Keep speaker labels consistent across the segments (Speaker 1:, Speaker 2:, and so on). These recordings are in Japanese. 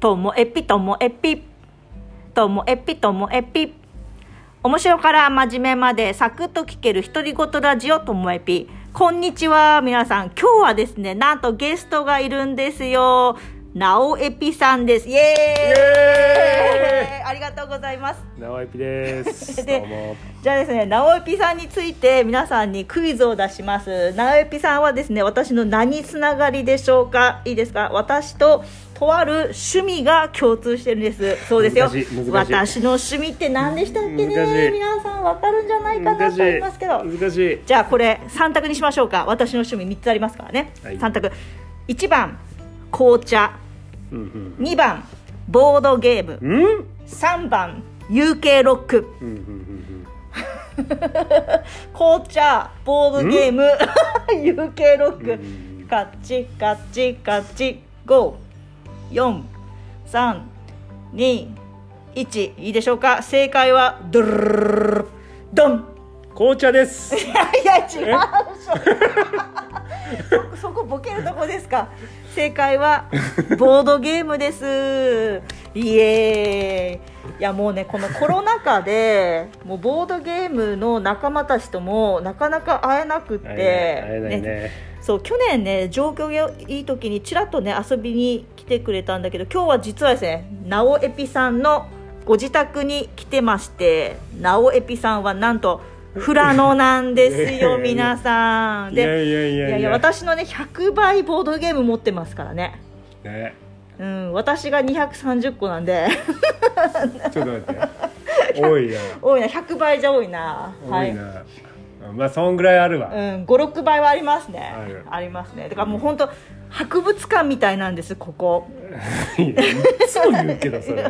Speaker 1: ともえぴともえぴともえぴともえぴ面白から真面目までサクッと聞ける独り言ラジオともえぴこんにちは皆さん今日はですねなんとゲストがいるんですよなおえぴさんですイエーイ
Speaker 2: エ
Speaker 1: ありがとうございます
Speaker 2: なおえぴです。
Speaker 1: で
Speaker 2: どうも。
Speaker 1: じゃあですね、なおえぴさんについて皆さんにクイズを出します。なおえぴさんはですね、私の何つながりでしょうかいいですか私ととある趣味が共通してるんです。そうですよ。
Speaker 2: 難しい難しい
Speaker 1: 私の趣味って何でしたっけ
Speaker 2: 難し
Speaker 1: ね
Speaker 2: い
Speaker 1: 皆さんわかるんじゃないかなと思いますけど。
Speaker 2: 難しい。
Speaker 1: じゃあこれ3択にしましょうか。私の趣味3つありますからね。
Speaker 2: はい
Speaker 1: 3択。1番、紅茶。
Speaker 2: うん
Speaker 1: 2番、ボードゲーム。
Speaker 2: うん。うん。
Speaker 1: 3番、UK ロック。
Speaker 2: うんうんうん
Speaker 1: 紅茶ボードゲーム UK ロック、
Speaker 2: うん
Speaker 1: カッチカッチカッチ5 4 3 2 1いいでしょうか正解はドゥルルルルルルドン
Speaker 2: うん。紅 茶です。
Speaker 1: いやいや違うそ そこボケるとこですか正解はボードゲームですイエーイいやもうねこのコロナ禍でもうボードゲームの仲間たちともなかなか会えなくって
Speaker 2: 会えない会えない
Speaker 1: ね
Speaker 2: ね。
Speaker 1: そう去年ね状況がいい時にちらっとね遊びに来てくれたんだけど今日は実はですねなおえぴさんのご自宅に来てましてなおえぴさんはなんと富良野なんですよ
Speaker 2: いやいやいや
Speaker 1: 皆さん
Speaker 2: い
Speaker 1: で
Speaker 2: やいやい
Speaker 1: い
Speaker 2: や
Speaker 1: やいや私のね100倍ボードゲーム持ってますからね
Speaker 2: ね。
Speaker 1: うん私が230個なんで
Speaker 2: ちょっと待って。多いな。
Speaker 1: 多いな100倍じゃ多いな
Speaker 2: 多いな。まあそんぐらいあるわ。
Speaker 1: うん、56倍はありますね
Speaker 2: ある
Speaker 1: ありますねだからもう本当博物館みたいなんですここ
Speaker 2: いやいつも言うけどそれ。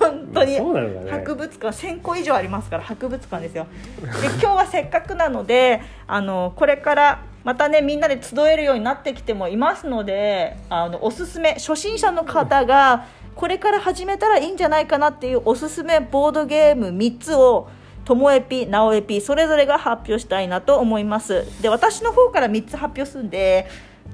Speaker 1: 本当に
Speaker 2: そうなのかね
Speaker 1: 博物館1000個以上ありますから博物館ですよで今日はせっかくなのであのこれからまたねみんなで集えるようになってきてもいますのであのおすすめ初心者の方がこれから始めたらいいんじゃないかなっていうおすすめボードゲーム3つをともえぴ、なおえぴそれぞれが発表したいなと思いますで私の方から3つ発表するんで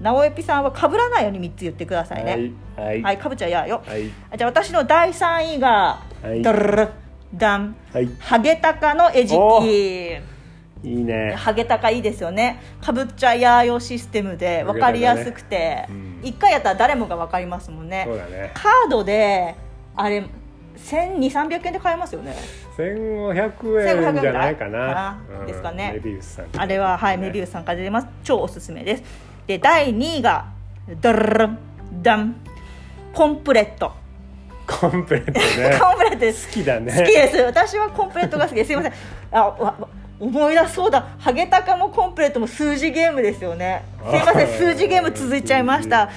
Speaker 1: なおえぴさんはかぶらないように3つ言ってくださいねはい、
Speaker 2: はいはい
Speaker 1: かぶっちゃ嫌よ
Speaker 2: はい
Speaker 1: じゃあ私の第3位が、
Speaker 2: はい
Speaker 1: ドルルルダン
Speaker 2: はい。
Speaker 1: ハゲタカの餌
Speaker 2: お
Speaker 1: 食
Speaker 2: いいね。
Speaker 1: ハゲタカいいですよねかぶっちゃやーよシステムで分かりやすくて、
Speaker 2: ハゲタカねうん
Speaker 1: 1回やったら誰もが分かりますもんね
Speaker 2: そうだね。
Speaker 1: カードであれ1200300円で買えますよね
Speaker 2: 千五百円じゃないかな
Speaker 1: 1500ぐらいかな。ですかね
Speaker 2: メビウスさん。
Speaker 1: あれは、はい、メビウスさんから出てます超おすすめですで第2位がドルルルンダンコンプレット、
Speaker 2: ス。コンプレートね。
Speaker 1: コンプレットです
Speaker 2: 好きだね。
Speaker 1: 好きです私はコンプレートが好きですすいませんあわ思い出そうだハゲタカもコンプレートも数字ゲームですよねすいません
Speaker 2: あー
Speaker 1: 数字ゲーム続いちゃいました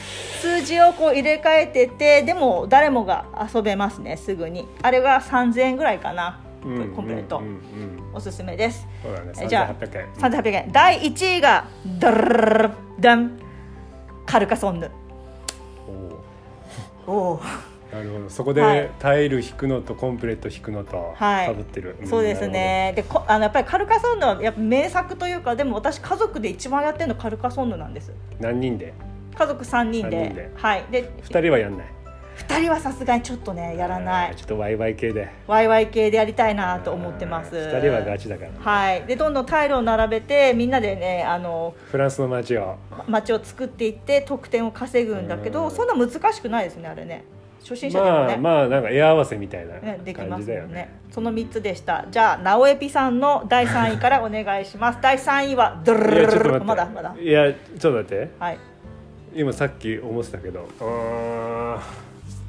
Speaker 1: 数字をこう入れ替えててでも誰もが遊べますねすぐにあれが3000円ぐらいかな
Speaker 2: うん
Speaker 1: コンプレート、
Speaker 2: うんうん
Speaker 1: おすすめです
Speaker 2: そうだね。
Speaker 1: え
Speaker 2: 三
Speaker 1: じ
Speaker 2: 千
Speaker 1: ゃ
Speaker 2: 八
Speaker 1: あ
Speaker 2: 百
Speaker 1: 3800
Speaker 2: 円。
Speaker 1: 円第1位がダルルルルルダンカルカソンヌ
Speaker 2: おお
Speaker 1: おお
Speaker 2: ー。なるほど。そこ
Speaker 1: はい
Speaker 2: でタイル引くのとコンプレート引くのと
Speaker 1: はい
Speaker 2: 被ってる。ん
Speaker 1: そうです。ね。で、こあのやっぱりカルカソンヌはやっぱ名作というか、でも私家族で一番やってるのカルカソンヌなんです。
Speaker 2: なるほど何人で？
Speaker 1: 家族三人で、
Speaker 2: 三人で
Speaker 1: はい。で、
Speaker 2: 二人はやんない。
Speaker 1: 二人はさすがにちょっとねやらな
Speaker 2: あー
Speaker 1: い。
Speaker 2: ちょっとワイワイ系で。
Speaker 1: ワイワイ系でやりたいなと思ってます。
Speaker 2: あー二人はガチだから。
Speaker 1: はい。で、どんどんタイルを並べてみんなでねあの
Speaker 2: フランスの街を。
Speaker 1: ま街を作っていって得点を稼ぐんだけ
Speaker 2: う
Speaker 1: ど、
Speaker 2: ん
Speaker 1: そんな難しくないですねあれね。初心者でも
Speaker 2: ま
Speaker 1: ね。
Speaker 2: あまあなんか絵合わせみたいな
Speaker 1: ね、でき
Speaker 2: 感
Speaker 1: ま
Speaker 2: じ
Speaker 1: す
Speaker 2: だ
Speaker 1: よ
Speaker 2: よ
Speaker 1: ね
Speaker 2: ね。
Speaker 1: その3つでしたじゃあ直江ぴさんの第3位からお願いします第3位はい
Speaker 2: やちょっと待って。
Speaker 1: まだまだ
Speaker 2: いやちょっと待って。
Speaker 1: はい
Speaker 2: 今さっき思ってたけど。う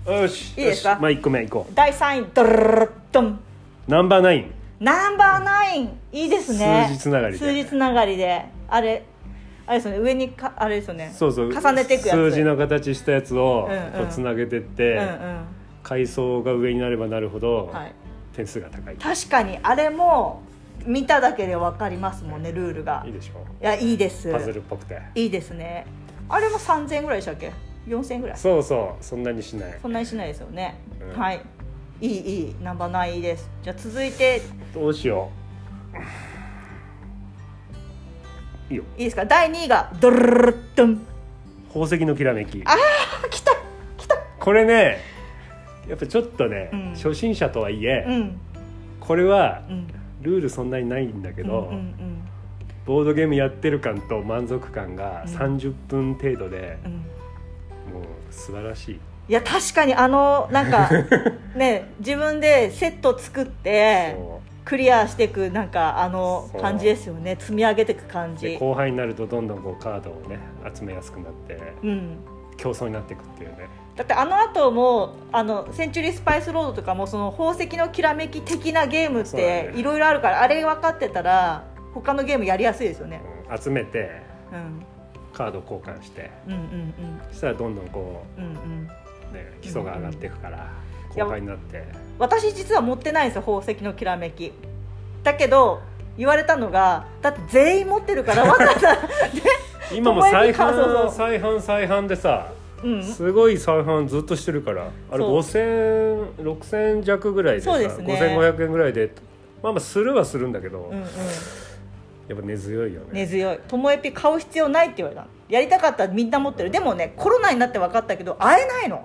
Speaker 2: ーんよし。
Speaker 1: いいですか
Speaker 2: よしまあ一個目行こう。
Speaker 1: 第3位ドルルルルドン
Speaker 2: ナンバーナイン。
Speaker 1: ナンバーナインいいですね
Speaker 2: 数字つながりで
Speaker 1: 数字つながりであれあれですよね上にかあれですよね
Speaker 2: そうそう
Speaker 1: 重ねていくやつ
Speaker 2: 数字の形したやつを
Speaker 1: うんうん
Speaker 2: こうつなげてっ
Speaker 1: う
Speaker 2: て、
Speaker 1: んうん
Speaker 2: 階層が上になればなるほど、
Speaker 1: はい
Speaker 2: 点数が高い
Speaker 1: 確かにあれも見ただけで分かりますもんねルールが
Speaker 2: いいでしょ
Speaker 1: いやいいです
Speaker 2: パズルっぽくて
Speaker 1: いいですねあれも3000円ぐらいでしたっけ4000円ぐらい
Speaker 2: そうそうそんなにしない
Speaker 1: そんなにしないですよね。
Speaker 2: うん
Speaker 1: はい。いいいいナンバーナインです。じゃあ続いて
Speaker 2: どうしよういいよ
Speaker 1: いいですか第2位がドルルルルッドン。
Speaker 2: 宝石のきらめき
Speaker 1: あ来た来た。
Speaker 2: これねやっぱちょっとね、
Speaker 1: うん
Speaker 2: 初心者とはいえ、
Speaker 1: うん
Speaker 2: これは
Speaker 1: うん
Speaker 2: ルールそんなにないんだけど、
Speaker 1: うんうん
Speaker 2: ボードゲームやってる感と満足感が
Speaker 1: うん
Speaker 2: 30分程度で、
Speaker 1: うんうん
Speaker 2: もう素晴らしい、
Speaker 1: いや確かにあのなんかね自分でセット作って
Speaker 2: そ
Speaker 1: クリアしていくなんかあの
Speaker 2: そう
Speaker 1: 感じですよね積み上げていく感
Speaker 2: うで
Speaker 1: じ
Speaker 2: 後輩になるとどんどんこうカードをね集めやすくなって
Speaker 1: うん
Speaker 2: 競争になっていくっていうね
Speaker 1: だってあの後もあのセンチュリースパイスロードとかもその宝石のきらめき的なゲームっ
Speaker 2: そうだ
Speaker 1: て
Speaker 2: ね
Speaker 1: いろいろあるからあれ分かってたら他のゲームやりやすいですよね、
Speaker 2: うん集めて
Speaker 1: うん、
Speaker 2: カード交換して
Speaker 1: うんうん
Speaker 2: そしたらどんどんこ
Speaker 1: うんうんうん
Speaker 2: う、ね、基礎が上がっていくから、
Speaker 1: うん
Speaker 2: 後輩になって
Speaker 1: 私実は持ってないんですよ宝石のきらめきだけど言われたのがだって全員持ってるからわざわざ、
Speaker 2: 今も
Speaker 1: 友達
Speaker 2: 再
Speaker 1: に感想そう
Speaker 2: 販再販再販でさ
Speaker 1: うん、
Speaker 2: すごい再販ずっとしてるからあれ
Speaker 1: そう
Speaker 2: 50006000弱ぐらいでさ
Speaker 1: そうですね
Speaker 2: 5500円ぐらいでまあまあするはするんだけど、
Speaker 1: うんうん
Speaker 2: やっぱ根強いよね
Speaker 1: 根強い「ともえぴ買う必要ない」って言われたのやりたかったらみんな持ってるでもねコロナになって分かったけど会えないの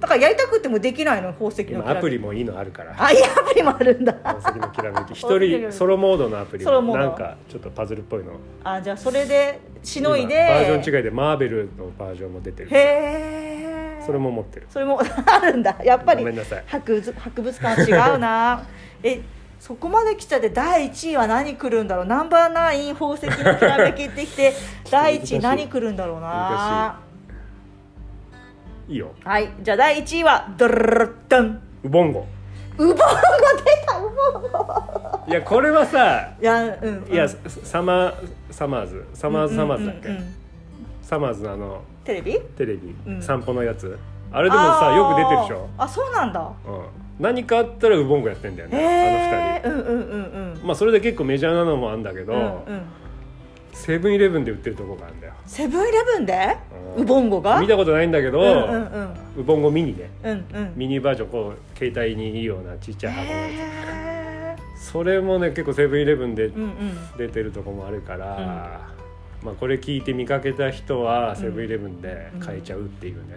Speaker 1: だからやりたくてもできないの宝石のきら
Speaker 2: 今
Speaker 1: めき
Speaker 2: アプリもいいのあるから
Speaker 1: あいいアプリもあるんだ
Speaker 2: 宝石のきらめ
Speaker 1: 宝
Speaker 2: き一
Speaker 1: 石のきらめ
Speaker 2: 人
Speaker 1: き
Speaker 2: ソロモードのアプリ
Speaker 1: ソロモード
Speaker 2: なんかちょっとパズルっぽいの
Speaker 1: あじゃあそれでしのいで
Speaker 2: 今バージョン
Speaker 1: 違
Speaker 2: 違いでマーベルのバージョンも出て
Speaker 1: へ
Speaker 2: る
Speaker 1: え
Speaker 2: それも持ってる
Speaker 1: それも あるんだやっぱり
Speaker 2: ごめんなさい
Speaker 1: 博物博物館違う なえそこまで来ちゃって第1位は何来るんだろうナンバーナイン宝石のきらめきってき て第1位何来るんだろうな
Speaker 2: はいいよ
Speaker 1: はいじゃあ第1位はドルルルッドン
Speaker 2: ウボンゴ
Speaker 1: ウボンゴ出たウボンゴ
Speaker 2: いやこれはさ
Speaker 1: いやうん、うん、
Speaker 2: いやサマーサマーズサマーズサマーズだっけ、
Speaker 1: うんうんうん
Speaker 2: サマーズのあの
Speaker 1: テレビ
Speaker 2: テレビ、
Speaker 1: うん
Speaker 2: 散歩のやつあれでもさよく出てるでしょ、
Speaker 1: あーあそうなんだ
Speaker 2: うん、何かあったらウボンゴやってんだよね、
Speaker 1: へえ
Speaker 2: あの
Speaker 1: うんうんうんうん
Speaker 2: 二人まあそれで結構メジャーなのもあるんだけど、
Speaker 1: うんうん
Speaker 2: セブンイレブンで売ってるとこがあるんだよ
Speaker 1: セブンイレブンで
Speaker 2: うん
Speaker 1: ウボンゴが
Speaker 2: 見たことないんだけど、
Speaker 1: うんうんうん
Speaker 2: ウボンゴミニね
Speaker 1: うんうん
Speaker 2: ミニバージョンこう携帯にいいようなちっちゃい箱のや
Speaker 1: へえ
Speaker 2: つそれもね結構セブンイレブンで
Speaker 1: うんうん
Speaker 2: 出てるとこもあるから、まあこれ聞いて見かけた人はセブンイレブンで買えちゃうっていうね、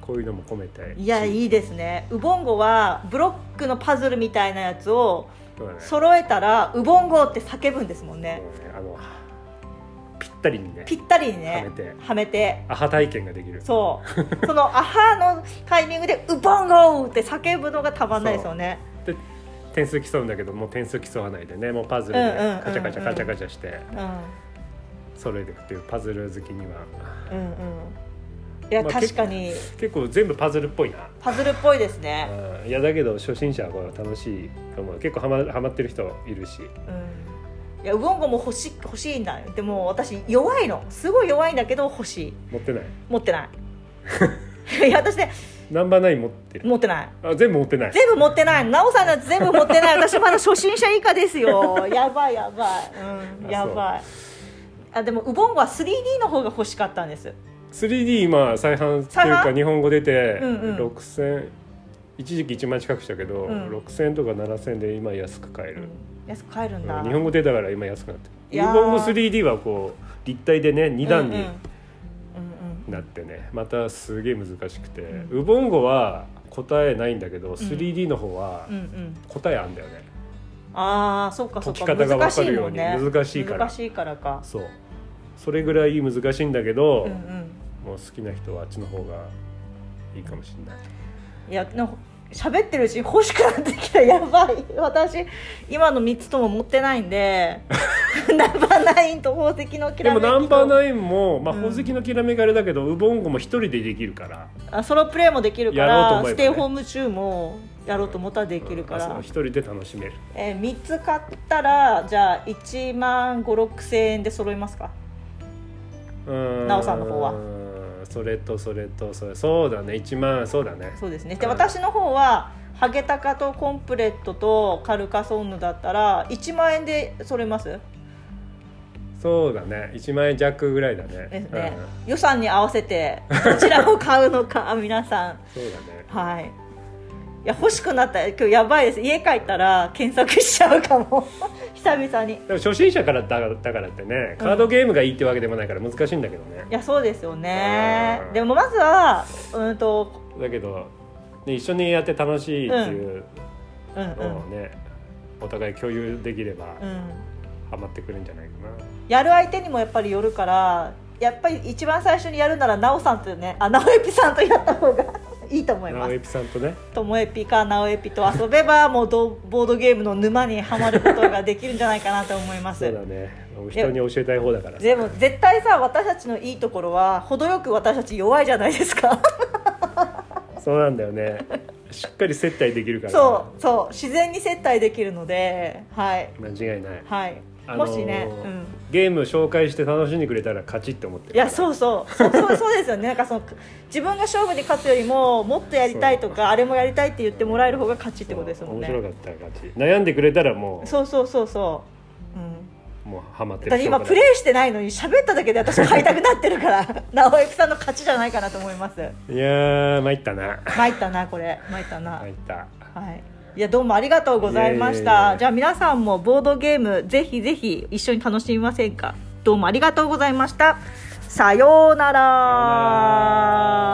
Speaker 2: こういうのも込めて
Speaker 1: いやいいですねウボンゴはブロックのパズルみたいなやつを
Speaker 2: そうだね
Speaker 1: 揃えたらウボンゴって叫ぶんですもんね
Speaker 2: もうねあのぴったりにね
Speaker 1: ぴったりにね
Speaker 2: はめて
Speaker 1: はめて
Speaker 2: アハ体験ができる
Speaker 1: そう そのアハのタイミングでウボンゴって叫ぶのがたまんないですよね
Speaker 2: で点数競うんだけどもう点数競わないでねもうパズル
Speaker 1: うんうんうんう
Speaker 2: で
Speaker 1: ん
Speaker 2: カチャカチャカチャカチャして
Speaker 1: うん
Speaker 2: 揃えていくっていうパズル好きには
Speaker 1: うんうんいや、
Speaker 2: まあ
Speaker 1: 確かに
Speaker 2: 結構全部パズルっぽいな
Speaker 1: パズルっぽいですね、
Speaker 2: うんいやだけど初心者はこれ楽しいと思う結構ハマハマってる人いるし
Speaker 1: うん、いやウボンゴも欲しい欲しいんだでも私弱いのすごい弱いんだけど欲しい
Speaker 2: 持ってない
Speaker 1: 持って ないいや私ね
Speaker 2: ナンバーナイン持ってる
Speaker 1: 持ってない
Speaker 2: あ全部持ってない
Speaker 1: 全部持ってないなおさんのやつ全部持ってない私まだ初心者以下です よやばいやばい、うん、
Speaker 2: あ
Speaker 1: やばいあでもウボンゴは 3D の方が欲しかったんです
Speaker 2: 3D 今再販っていう
Speaker 1: 再販
Speaker 2: か日本語出て
Speaker 1: うんうん
Speaker 2: 6000一時期1万近くしたけど、
Speaker 1: うん
Speaker 2: 6000とか7000で今安く買える、
Speaker 1: うん安く買えるんだ、
Speaker 2: うん日本語出たから今安くなって
Speaker 1: い
Speaker 2: る
Speaker 1: やー
Speaker 2: 日本語 3D はこう立体でね2段
Speaker 1: うん
Speaker 2: に
Speaker 1: うんうん
Speaker 2: なってねまたすげえ難しくて、ウボンゴは答えないんだけど 3D の方は
Speaker 1: うんうんうん
Speaker 2: 答えあんだよね、
Speaker 1: ああそうかそう
Speaker 2: 解
Speaker 1: か
Speaker 2: き方が
Speaker 1: 難
Speaker 2: 分
Speaker 1: し
Speaker 2: か
Speaker 1: い
Speaker 2: るよ
Speaker 1: も
Speaker 2: うんに
Speaker 1: ね
Speaker 2: 難しいから
Speaker 1: 難しいからか
Speaker 2: そうそれぐらい難しいんだけど、
Speaker 1: うんうん
Speaker 2: もう好きな人はあっちの方がいいかもしれない
Speaker 1: いやなんか喋ってるうちに欲しくなってきたやばい私今の3つとも持ってないん でナンバーナインと宝石のきら
Speaker 2: で
Speaker 1: め
Speaker 2: も
Speaker 1: きと
Speaker 2: ナンバーナインも、まあ、
Speaker 1: うん
Speaker 2: 宝石のきらめがあれだけど、ウボンゴも一人でできるから
Speaker 1: あソロプレイもできるか
Speaker 2: やろうと
Speaker 1: ら、
Speaker 2: 思えばね
Speaker 1: ステイホーム中もやろうと思ったらできるか
Speaker 2: うん
Speaker 1: ら、
Speaker 2: あそう一人で楽しめる
Speaker 1: えー、3つ買ったらじゃあ1万5 6千円で揃いますか
Speaker 2: な
Speaker 1: なおさんの方は
Speaker 2: それとそれとそれそうだね1万そうだね
Speaker 1: そうですねで
Speaker 2: うん
Speaker 1: 私の方はハゲタカとコンプレットとカルカソンヌだったら1万円で揃います
Speaker 2: そうだね1万円弱ぐらいだね
Speaker 1: ですね、予算に合わせてどちらを買うのか 皆さん
Speaker 2: うん、そうだね
Speaker 1: はいいや欲しくなった今日やばいです家帰ったら検索しちゃうかも 久々にい
Speaker 2: でも初心者からだだからってねカードゲームがいいってわけでもないから難しいんだけどね、
Speaker 1: やそうですよね
Speaker 2: うん
Speaker 1: でもまずはうんと
Speaker 2: だけどで一緒にやって楽しいっていう
Speaker 1: うんう
Speaker 2: のを
Speaker 1: ん
Speaker 2: ね、お互い共有できれば
Speaker 1: うん
Speaker 2: ハマってくるんじゃないか
Speaker 1: やる相手にもやっぱりよるからやっぱり一番最初にやるならなおさんとねあなおえぴさんとやった方が いいと思い
Speaker 2: な。
Speaker 1: ます
Speaker 2: 直エピさんとね
Speaker 1: ともえぴかなおえぴと遊べばもうどボードゲームの沼にはまることができるんじゃないかなと思います
Speaker 2: そうだね人に教えたい方だからさ
Speaker 1: でも絶対さ私たちのいいところは程よく私たち弱いじゃないですか
Speaker 2: そうなんだよねしっかり接待できるから
Speaker 1: そうそう自然に接待できるのではいう
Speaker 2: 間違いない、
Speaker 1: はい、
Speaker 2: あのー
Speaker 1: もしね、うん、
Speaker 2: ゲーム紹介して楽しんでくれたら勝ちって思ってる
Speaker 1: いや
Speaker 2: う
Speaker 1: そうそうそうそうそうですよねなんかその自分が勝負に勝つよりももっとやりたいとかあれもやりたいって言ってもらえる方が勝ちってことですもんね
Speaker 2: 面白かったら勝ち悩んでくれたらも
Speaker 1: そうそうそうそう、うん、
Speaker 2: うもうハマって
Speaker 1: だっ
Speaker 2: る
Speaker 1: て今プレイしてないのに喋っただけで私買いたくなってるから 直江さんの勝ちじゃないかなと思います
Speaker 2: いやー参ったな
Speaker 1: 参ったなこれ参ったな、
Speaker 2: 参った
Speaker 1: はい、いやどうもありがとうございまし
Speaker 2: いえいえい
Speaker 1: た
Speaker 2: え
Speaker 1: じゃあ皆さんもボードゲームぜひぜひ一緒に楽しみませんかどうもありがとうございましたさようなら
Speaker 2: さようなら